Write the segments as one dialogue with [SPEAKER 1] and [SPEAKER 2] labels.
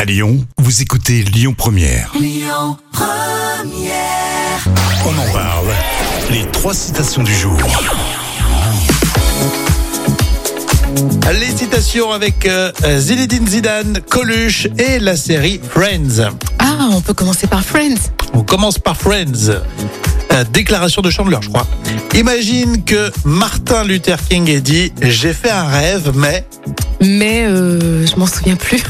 [SPEAKER 1] À Lyon, vous écoutez Lyon Première. On en parle. Les trois citations du jour.
[SPEAKER 2] Les citations avec euh, Zinedine Zidane, Coluche et la série Friends.
[SPEAKER 3] Ah, on peut commencer par Friends.
[SPEAKER 2] On commence par Friends. Euh, déclaration de Chandler, je crois. Imagine que Martin Luther King ait dit J'ai fait un rêve, mais.
[SPEAKER 3] Mais euh, je m'en souviens plus.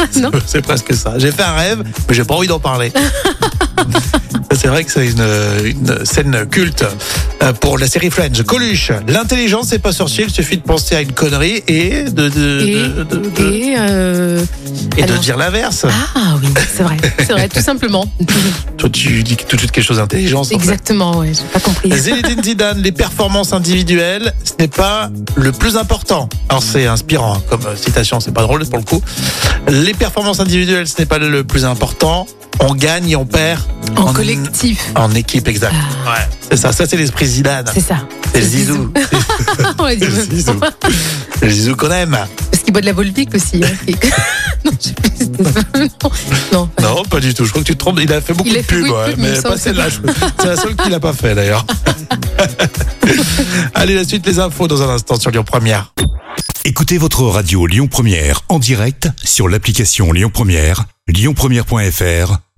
[SPEAKER 3] Ah, non
[SPEAKER 2] C'est presque ça. J'ai fait un rêve, mais j'ai pas envie d'en parler. Ça, C'est vrai que c'est une, une scène culte euh, pour la série Friends. Coluche, l'intelligence, c'est pas sorcier, il suffit de penser à une connerie et de, de-
[SPEAKER 3] Et,
[SPEAKER 2] de- de- de-
[SPEAKER 3] et, euh,
[SPEAKER 2] et de
[SPEAKER 3] alors-
[SPEAKER 2] dire l'inverse.
[SPEAKER 3] Ah oui, c'est vrai, c'est vrai, tout simplement.
[SPEAKER 2] Toi, tu dis tout de suite quelque chose d'intelligence. en fait.
[SPEAKER 3] Exactement, ouais, j'ai pas compris.
[SPEAKER 2] Zinedine Zidane, les performances individuelles, ce n'est pas le plus important. Alors c'est inspirant comme euh, citation, c'est pas drôle pour le coup. Les performances individuelles, ce n'est pas le plus important. On gagne et on perd
[SPEAKER 3] En collectif,
[SPEAKER 2] En équipe, exact. Ouais, c'est ça, ça c'est l'esprit Zidane.
[SPEAKER 3] c'est ça.
[SPEAKER 2] C'est le zizou.
[SPEAKER 3] on va
[SPEAKER 2] C'est
[SPEAKER 3] dire.
[SPEAKER 2] le zizou. C'est le zizou qu'on aime.
[SPEAKER 3] Parce qu'il boit de la Volvic aussi. hein, qui- non, je sais plus, c'était ça. Non, non.
[SPEAKER 2] Non, pas du tout. Je crois que tu te trompes. Il a fait beaucoup
[SPEAKER 3] Il a
[SPEAKER 2] de
[SPEAKER 3] fait
[SPEAKER 2] pubs,
[SPEAKER 3] beaucoup de
[SPEAKER 2] ouais,
[SPEAKER 3] pubs, il me
[SPEAKER 2] mais
[SPEAKER 3] semble
[SPEAKER 2] pas
[SPEAKER 3] que
[SPEAKER 2] celle-là. je- C'est la seule qu'il n'a pas fait d'ailleurs. Allez, la suite, les infos dans un instant sur Lyon Première.
[SPEAKER 1] Écoutez votre radio Lyon Première en direct sur l'application Lyon Première, lyonpremière.fr